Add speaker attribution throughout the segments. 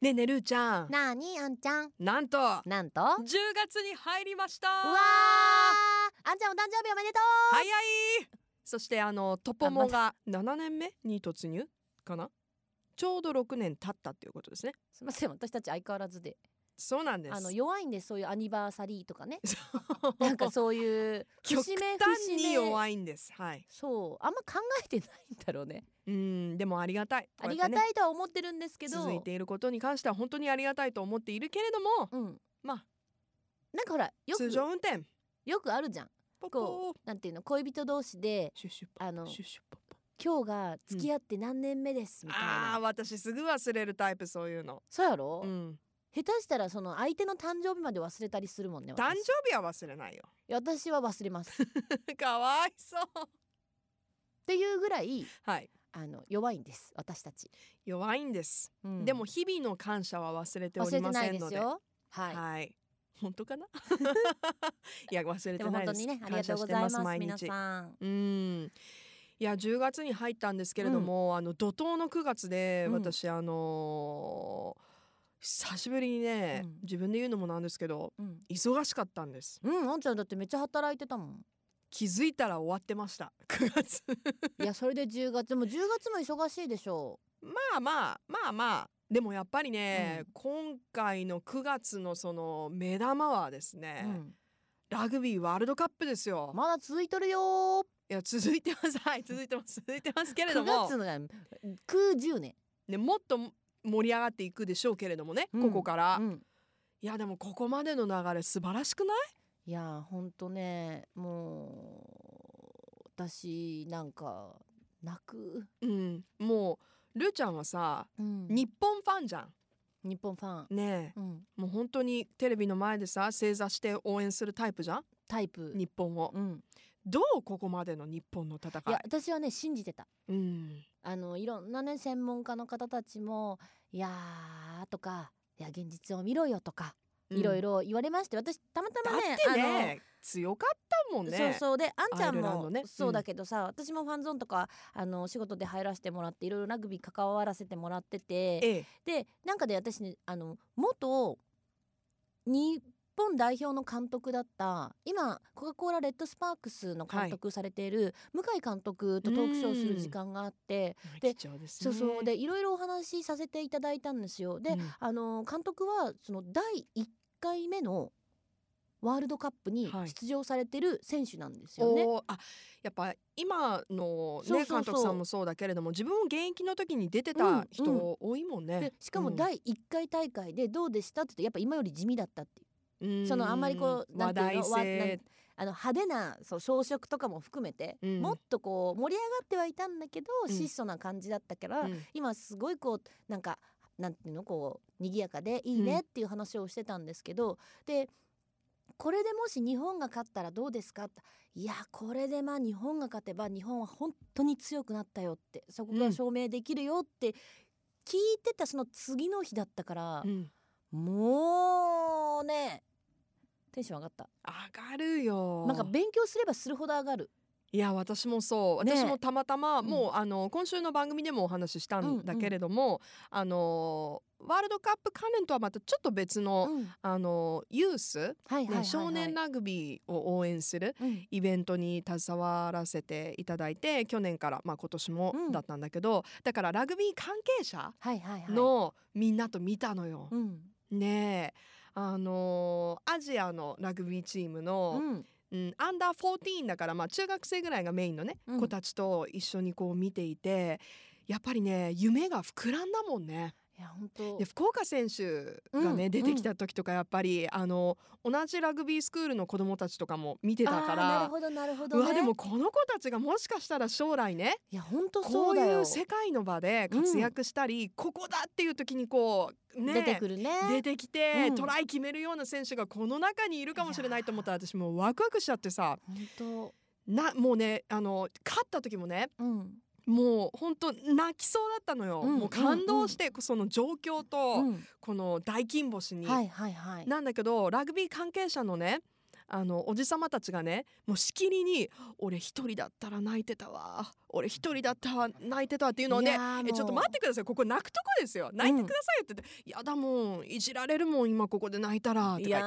Speaker 1: ねえねるーちゃん
Speaker 2: なあにあんちゃん
Speaker 1: なんと10
Speaker 2: なんとうわ
Speaker 1: 月に入りました
Speaker 2: ーあんちゃんお誕生日おめでとう
Speaker 1: 早いそしてあのトポモが7年目に突入かなちょうど6年経ったっていうことですね
Speaker 2: すみません私たち相変わらずで
Speaker 1: そうなんです
Speaker 2: あの弱いんでそういうアニバーサリーとかね
Speaker 1: そう
Speaker 2: なんかそういう
Speaker 1: 極
Speaker 2: 節目
Speaker 1: 端
Speaker 2: 節
Speaker 1: に
Speaker 2: 目
Speaker 1: 弱いんですはい
Speaker 2: そうあんま考えてないんだろう ね
Speaker 1: うんでもありがたい
Speaker 2: ありが
Speaker 1: い
Speaker 2: たいとは思ってるんですけど
Speaker 1: 続いていることに関しては本当にありがたいと思っているけれども
Speaker 2: うん
Speaker 1: まあ
Speaker 2: なんかほらよ
Speaker 1: 通
Speaker 2: く
Speaker 1: 常運転
Speaker 2: よくあるじゃん
Speaker 1: ポポ
Speaker 2: こなんていうの恋人同士で
Speaker 1: シュッシュッポ
Speaker 2: あの
Speaker 1: シュッシュッポポ
Speaker 2: 今日が付き合って何年目ですみたい
Speaker 1: あ
Speaker 2: な、
Speaker 1: ー私すぐ忘れるタイプそういうの
Speaker 2: そうやろ、
Speaker 1: うん
Speaker 2: 下手したらその相手の誕生日まで忘れたりするもんね
Speaker 1: 誕
Speaker 2: 私い
Speaker 1: 生日は忘れないよ
Speaker 2: や私は忘れますっ
Speaker 1: かわいそう
Speaker 2: ていうぐらい
Speaker 1: はい
Speaker 2: あの弱いんです私たち、
Speaker 1: 弱いんです、
Speaker 2: うん
Speaker 1: でも日々の感謝は忘れてお
Speaker 2: 忘
Speaker 1: り
Speaker 2: れて
Speaker 1: ま
Speaker 2: な
Speaker 1: せ
Speaker 2: い
Speaker 1: ん
Speaker 2: で
Speaker 1: の
Speaker 2: す
Speaker 1: で
Speaker 2: よはい、
Speaker 1: はい本当か ないや忘れ
Speaker 2: で
Speaker 1: て
Speaker 2: も
Speaker 1: な
Speaker 2: 本
Speaker 1: い
Speaker 2: 当
Speaker 1: です
Speaker 2: にねあり
Speaker 1: 感
Speaker 2: がと
Speaker 1: 謝
Speaker 2: うご
Speaker 1: して
Speaker 2: ざい
Speaker 1: ま
Speaker 2: ますす
Speaker 1: 毎
Speaker 2: 皆
Speaker 1: 日
Speaker 2: さん
Speaker 1: うんいや10月に入ったんですけれども、あの怒涛の9月で
Speaker 2: うん
Speaker 1: 私、あのー久しぶりにね、
Speaker 2: うん
Speaker 1: 自分で言うのもなんですけど
Speaker 2: うん、
Speaker 1: 忙しかったんです
Speaker 2: うん、あんちゃんだってめっちゃ働いてたも ん
Speaker 1: 気づいたら終わってました9月
Speaker 2: いやそれで10月でも10月も忙しいでしょ
Speaker 1: まあまあまあまあでもやっぱりね、
Speaker 2: う
Speaker 1: 今回の9月のその目玉はです
Speaker 2: う、
Speaker 1: ね、ラグビーワールドカップですよ
Speaker 2: うん、。まだ続いとるよ
Speaker 1: いや続いてます はい続いてます続いてますけれど
Speaker 2: 9
Speaker 1: も
Speaker 2: 月、のが910ね、
Speaker 1: ね、もっと盛り上がっていくでしょうけれどもね、
Speaker 2: うん
Speaker 1: ここから、
Speaker 2: うん、
Speaker 1: いやでもここまでの流れ素晴らしくない
Speaker 2: いやーほんとねもう私なんか泣く、
Speaker 1: うんもうルーちゃんはさ
Speaker 2: うん
Speaker 1: 日本ファンじゃ
Speaker 2: 日本ファン、
Speaker 1: んね
Speaker 2: うん、
Speaker 1: えもう本当にテレビの前でさ正座して応援するタイプじゃん
Speaker 2: タイプ、
Speaker 1: 日本を
Speaker 2: うん、
Speaker 1: どうここまでの日本の戦
Speaker 2: い
Speaker 1: い
Speaker 2: や私はね信じてた
Speaker 1: うん
Speaker 2: あのいろんなね専門家の方たちも「いやー」とか「いや現実を見ろよ」とか、
Speaker 1: うん
Speaker 2: いろいろ言われまして私たまた
Speaker 1: だ
Speaker 2: まね
Speaker 1: ってね強かったもん
Speaker 2: あの
Speaker 1: ね
Speaker 2: そうそうであんちゃ
Speaker 1: ア
Speaker 2: ん
Speaker 1: イルランド
Speaker 2: も、
Speaker 1: ね
Speaker 2: そうだけどさ、私もファンゾーンとかあの仕事で入らせてもらっていろいろラグビー関わらせてもらってて
Speaker 1: ええ
Speaker 2: でなんかで私ねあの元日本代表の監督だった今コカ・コーラレッドスパークスの監督されている向井監督とトークショーする時間があってで
Speaker 1: 貴重です
Speaker 2: そ
Speaker 1: ね
Speaker 2: うそうでいろいろお話しさせていただいたんですよ。で、
Speaker 1: うん
Speaker 2: あの監督はその第1回目のワールドカップに
Speaker 1: はい
Speaker 2: 出場されてる選手なんですよね。
Speaker 1: おーあやっぱ今の、ね、
Speaker 2: そうそうそう
Speaker 1: 監督さんもそうだけれども自分も現役の時に出て
Speaker 2: う
Speaker 1: た
Speaker 2: ん
Speaker 1: 人多いもんね。
Speaker 2: でしかも
Speaker 1: うん
Speaker 2: 第1回大会でどうでしたって言ってやっぱ今より地味だったっていう
Speaker 1: うん
Speaker 2: そのあんまりこうな
Speaker 1: 話
Speaker 2: んていう
Speaker 1: 題
Speaker 2: のわなん
Speaker 1: 性
Speaker 2: あの派手なそう装飾とかも含めて、
Speaker 1: うん
Speaker 2: もっとこう盛り上がってはいたんだけど、
Speaker 1: うん
Speaker 2: 質素な感じだったから、
Speaker 1: うん
Speaker 2: 今すごいこうなんかなんていうのこう賑やかでいい
Speaker 1: うん
Speaker 2: ねっていう話をしてたんですけど、でこれでもし日本が勝ったらどうですかっていやこれでまあ日本が勝てば日本は本当に強くなったよってそこ
Speaker 1: う
Speaker 2: が
Speaker 1: ん
Speaker 2: 証明できるよって聞いてたその次の日だったから
Speaker 1: う、ん
Speaker 2: もうねテンション上がった。
Speaker 1: 上がるよ
Speaker 2: なんか勉強すればするほど上がる。
Speaker 1: いや私もそう
Speaker 2: ねえ
Speaker 1: 私もたまたま、
Speaker 2: うん
Speaker 1: もうあの今週の番組でもお話ししたんだけれども、あのワールドカップ関連とはまたちょっと別の、
Speaker 2: うん
Speaker 1: あのユース、
Speaker 2: はいはいはいは
Speaker 1: ね、
Speaker 2: い
Speaker 1: 少年ラグビーを応援する
Speaker 2: うん
Speaker 1: イベントに携わらせていただいて去年から、まあ、今年も
Speaker 2: うん
Speaker 1: だったんだけど、だからラグビー関係者
Speaker 2: はいはいはい。、
Speaker 1: のみんなと見たのよ。
Speaker 2: うん、
Speaker 1: ねえあのーアジアのラグビーチーム
Speaker 2: う
Speaker 1: の、
Speaker 2: ん、
Speaker 1: うんアンダー14だから、まあ、中学生ぐらいがメインのね、
Speaker 2: うん
Speaker 1: 子たちと一緒にこう見ていてやっぱりね夢が膨らんだもんね。
Speaker 2: いや本当
Speaker 1: で。福岡選手がね、
Speaker 2: うん
Speaker 1: 出てきた時とかやっぱりあの同じラグビースクールの子供たちとかも見てたか
Speaker 2: あーな
Speaker 1: ら
Speaker 2: る。ほどなるほど、
Speaker 1: う
Speaker 2: ね。
Speaker 1: わでもこの子たちがもしかしたら将来ね
Speaker 2: いや本当
Speaker 1: こ
Speaker 2: そう
Speaker 1: う
Speaker 2: だ
Speaker 1: い
Speaker 2: よ。
Speaker 1: う世界の場で活躍したり、ここだっていう時にこうね
Speaker 2: 出てくるね。
Speaker 1: 出てきて、
Speaker 2: うん
Speaker 1: トライ決めるような選手がこの中にいるかもしれないと思ったら私もうワクワクしちゃってさ
Speaker 2: 本
Speaker 1: なもうねあの勝った時もね
Speaker 2: 当。うん。
Speaker 1: もう本当泣きそうだったのよ、
Speaker 2: うん
Speaker 1: もう感動して、その状況と、
Speaker 2: うん
Speaker 1: この大金星に、
Speaker 2: はいはいはい。
Speaker 1: なんだけどラグビー関係者のねあのおじさまたちがねもうしきりに「俺一人だったら泣いてたわ俺一人だったら泣いてた」っていうのをね「えちょっと待ってくださいここ泣くとこですよ泣いてください」って言って「いやだもんいじられるもん今ここで泣いたら」って書いて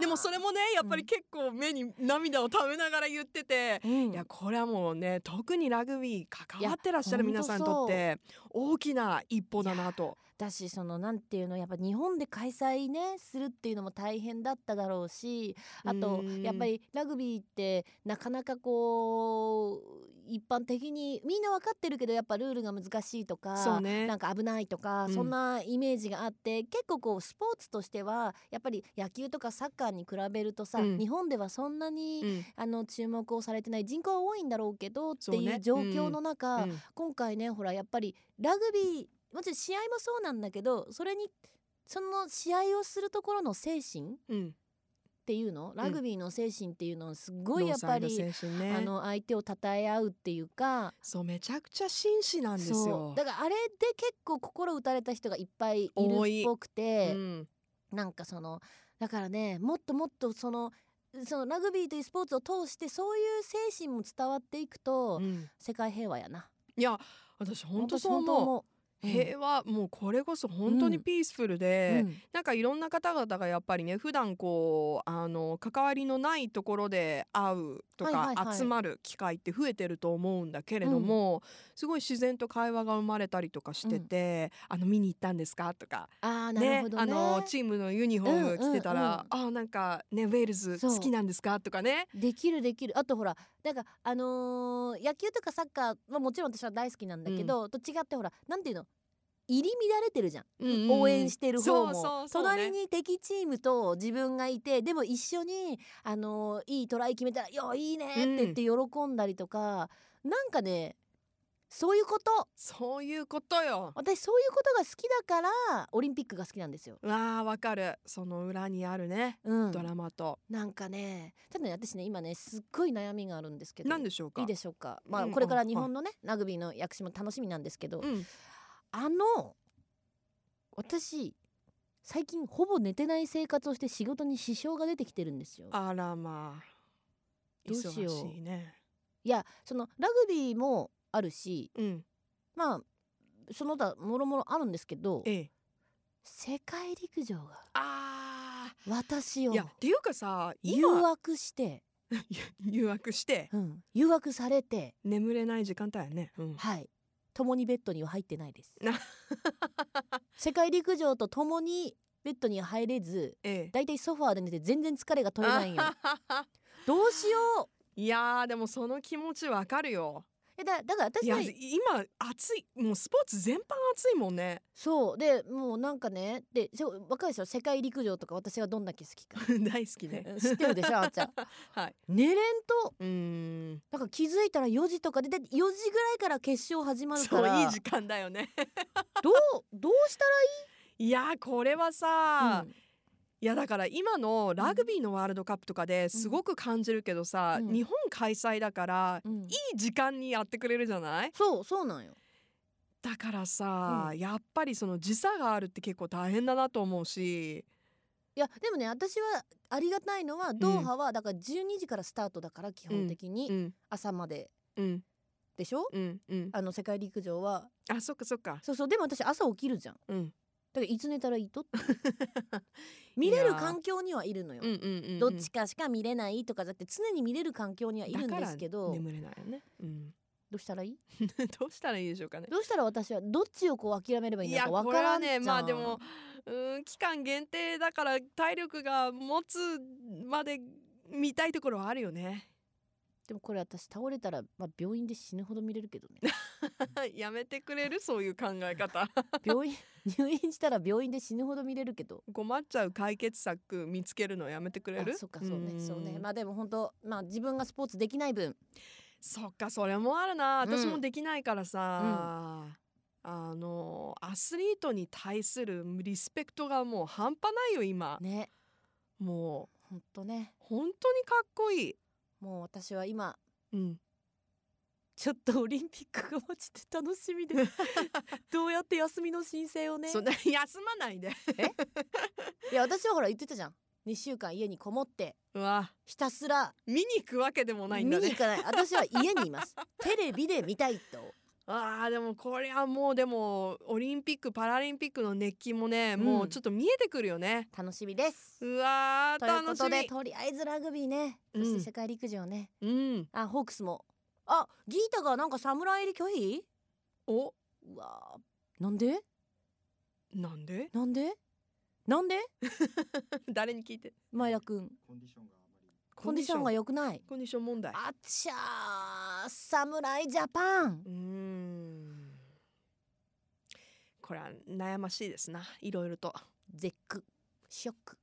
Speaker 1: でもそれもねやっぱり結構目に涙をためながら言ってて、
Speaker 2: れ、うん
Speaker 1: いやこれはもうね特にラグビー関わってらっしゃる皆さんにとって大きな一歩だなと。
Speaker 2: だしそのなんていうのやっぱ日本で開催ねするっていうのも大変だっただろうしあと
Speaker 1: うん
Speaker 2: やっぱりラグビーってなかなかこう一般的にみんな分かってるけどやっぱルールが難しいとか
Speaker 1: そうね
Speaker 2: なんか危ないとか、
Speaker 1: うん
Speaker 2: そんなイメージがあって結構こうスポーツとしてはやっぱり野球とかサッカーに比べるとさ、
Speaker 1: うん
Speaker 2: 日本ではそんなに、
Speaker 1: うん
Speaker 2: あの注目をされてない人口は多いんだろうけどって
Speaker 1: そう
Speaker 2: い
Speaker 1: ね
Speaker 2: う状況の中、
Speaker 1: うん
Speaker 2: 今回ねほらやっぱりラグビーもちろん試合もそうなんだけどそれにその試合をするところの精神っ
Speaker 1: うん
Speaker 2: ていうのラグビーの精神っていうのをすごいやっ
Speaker 1: ノーサ
Speaker 2: ぱ
Speaker 1: イ
Speaker 2: り、
Speaker 1: ド選手ね
Speaker 2: あの相手を称え合うっていうか
Speaker 1: そうめちゃくちゃ紳士なんです
Speaker 2: そ
Speaker 1: よ
Speaker 2: う。だからあれで結構心打たれた人がいっぱいいる
Speaker 1: 多い
Speaker 2: っぽくて、
Speaker 1: うん
Speaker 2: なんかそのだからねもっともっとそのそのラグビーというスポーツを通してそういう精神も伝わっていくと、
Speaker 1: うん
Speaker 2: 世界平和やない
Speaker 1: や私本当そう思う。
Speaker 2: うん
Speaker 1: 平和もうこれこそ本当に
Speaker 2: うん
Speaker 1: ピースフル
Speaker 2: う
Speaker 1: で、
Speaker 2: ん
Speaker 1: なんかいろんな方々がやっぱりね普段こうあの関わりのないところで会うとか、
Speaker 2: はいはいはい
Speaker 1: 集まる機会って増えてると思うんだけれども、すごい自然と会話が生まれたりとかしてて「あの見に行ったんですか?」とか、
Speaker 2: あーなる
Speaker 1: ね
Speaker 2: ほどね
Speaker 1: あのチームのユニフォーム着てたら「あなんかねウェールズ
Speaker 2: そう
Speaker 1: 好きなんですか?」とかね。
Speaker 2: できるできるあとほらなんかあのー野球とかサッカーはもちろん私は大好きなんだけど、と違ってほらなんていうの入り乱れてるじゃん、
Speaker 1: うんうんうん
Speaker 2: 応援してる方も
Speaker 1: そうそうそうね
Speaker 2: 隣に敵チームと自分がいてでも一緒に、あのーいいトライ決めたら「よいいね」って言って喜んだりとか、なんかねそういうこと
Speaker 1: そういうことよ。
Speaker 2: 私そういうことが好きだからオリンピックが好きなんですよ。
Speaker 1: うわあわかるその裏にあるね、
Speaker 2: うん、
Speaker 1: ドラマと
Speaker 2: なんかねただね私ね今ねすっごい悩みがあるんですけど
Speaker 1: 何でしょうか
Speaker 2: いいでしょうか、まあ、
Speaker 1: うん
Speaker 2: これから
Speaker 1: あ
Speaker 2: 日本のねラグビーの躍進も楽しみなんですけど、
Speaker 1: うん、
Speaker 2: あの私最近ほぼ寝てない生活をして仕事に支障が出てきてるんですよ。
Speaker 1: あらまあ
Speaker 2: どうしよう
Speaker 1: 忙しいね
Speaker 2: いやそのラグビーもあるし
Speaker 1: うん
Speaker 2: まあその他もろもろあるんですけど
Speaker 1: ええ
Speaker 2: 世界陸上が
Speaker 1: あ
Speaker 2: 私
Speaker 1: ー
Speaker 2: を
Speaker 1: いやっていうかさ
Speaker 2: 誘
Speaker 1: 今
Speaker 2: 惑して、
Speaker 1: 誘惑して
Speaker 2: うん、誘惑されて
Speaker 1: 眠れない時間帯やね、うん、
Speaker 2: はい共にベッドには入ってないです
Speaker 1: な
Speaker 2: 世界陸上と共にベッドには入れず
Speaker 1: ええ
Speaker 2: だいたいソファーで寝て全然疲れが取れないんよどうしよ
Speaker 1: いやーでもその気持ちわかるよ
Speaker 2: うえだだから
Speaker 1: い
Speaker 2: 私
Speaker 1: や
Speaker 2: は
Speaker 1: 今暑いもうスポーツ全般暑いもんね
Speaker 2: そうでもうなんかねでそうわかるでしょ世界陸上とか私がどんだけ好き か
Speaker 1: 大好きね
Speaker 2: 知ってるでしょあーちゃん
Speaker 1: はい
Speaker 2: 寝れんと
Speaker 1: うーん
Speaker 2: なんか気づいたら4時とかでで4時ぐらいから決勝始まる
Speaker 1: そ
Speaker 2: か
Speaker 1: う
Speaker 2: ら
Speaker 1: いい時間だよね
Speaker 2: どうどうした
Speaker 1: いやーこれはさ、
Speaker 2: らいい、
Speaker 1: いやだから今のラグビーのワールドカップとかですごく感じるけどさ、
Speaker 2: うん
Speaker 1: 日本開催だから
Speaker 2: うんうん
Speaker 1: いい時間にやってくれるじゃない
Speaker 2: そうそうなんよ
Speaker 1: だからさ、
Speaker 2: う
Speaker 1: やっぱりその時差があるって結構大変だなと思うし
Speaker 2: いやでもね私はありがたいのはドーハはだから12時からスタートだから基本的
Speaker 1: う
Speaker 2: に
Speaker 1: ん
Speaker 2: 朝まで
Speaker 1: うん
Speaker 2: でしょ、
Speaker 1: うんうん
Speaker 2: あの世界陸上は
Speaker 1: あそっかそっか
Speaker 2: そうそうでも私朝起きるじゃんだ
Speaker 1: うん
Speaker 2: からいつ寝たら いいとって見れる環境にはいるのよ、
Speaker 1: うんうんうんうん
Speaker 2: どっちかしか見れないとかだって常に見れる環境にはいるんですけ
Speaker 1: だ
Speaker 2: ど
Speaker 1: から
Speaker 2: ど
Speaker 1: 眠れないよね、うん、
Speaker 2: うしたらいい
Speaker 1: どうしたらいいでしょうかね
Speaker 2: どうしたら私はどっちをこう諦めればいい
Speaker 1: い
Speaker 2: の
Speaker 1: や
Speaker 2: かわ
Speaker 1: こ
Speaker 2: か
Speaker 1: れ
Speaker 2: ら
Speaker 1: は
Speaker 2: んじゃ
Speaker 1: ね
Speaker 2: ん
Speaker 1: まあでもうーん期間限定だから体力が持つまで見たいところはあるよね
Speaker 2: でもこれ私倒れたら、まあ、病院で死ぬほど見れるけどね
Speaker 1: やめてくれ るそういう考え方
Speaker 2: 病院 入院したら病院で死ぬほど見れるけど
Speaker 1: 困っちゃう解決策見つけるのやめてくれる
Speaker 2: あそっかそうね
Speaker 1: ん
Speaker 2: そうねまあでも本当まあ自分がスポーツできない分
Speaker 1: そっかそれもあるな
Speaker 2: うん
Speaker 1: 私もできないからさ、あのアスリートに対するリスペクトがもう半端ないよ今、
Speaker 2: ね
Speaker 1: もう
Speaker 2: 本当ね
Speaker 1: 本当にかっこいい、
Speaker 2: もう私は今
Speaker 1: うん、
Speaker 2: ちょっとオリンピックがマジで楽し みでどうやって休みの申請をね
Speaker 1: そんな休まないで
Speaker 2: いや私はほら言ってたじゃん2週間家にこもって
Speaker 1: うわ
Speaker 2: ひたすら
Speaker 1: 見に行くわけでもない
Speaker 2: 見
Speaker 1: ん
Speaker 2: に
Speaker 1: だ
Speaker 2: 行
Speaker 1: ね
Speaker 2: かない私は家にいますテレビで見たいと
Speaker 1: あーでもこれはもうでもオリンピックパラリンピックの熱気もね、
Speaker 2: うん
Speaker 1: もうちょっと見えてくるよね
Speaker 2: 楽しみです
Speaker 1: うわー
Speaker 2: というこ
Speaker 1: 楽し
Speaker 2: とで
Speaker 1: み
Speaker 2: とりあえずラグビーね
Speaker 1: う
Speaker 2: そ
Speaker 1: ん
Speaker 2: して世界陸上ね、
Speaker 1: うん
Speaker 2: あホークスもあギータがなんか侍入り拒否
Speaker 1: お
Speaker 2: うわーなんで
Speaker 1: なんで
Speaker 2: なんでなんで
Speaker 1: 誰に聞いて
Speaker 2: 前田君
Speaker 3: コンディションがあまり
Speaker 2: コンディションが良くない
Speaker 1: コンディション問題
Speaker 2: あっしゃー侍ジャパン
Speaker 1: うーんこれは悩ましいですないろいろと
Speaker 2: 絶句ショック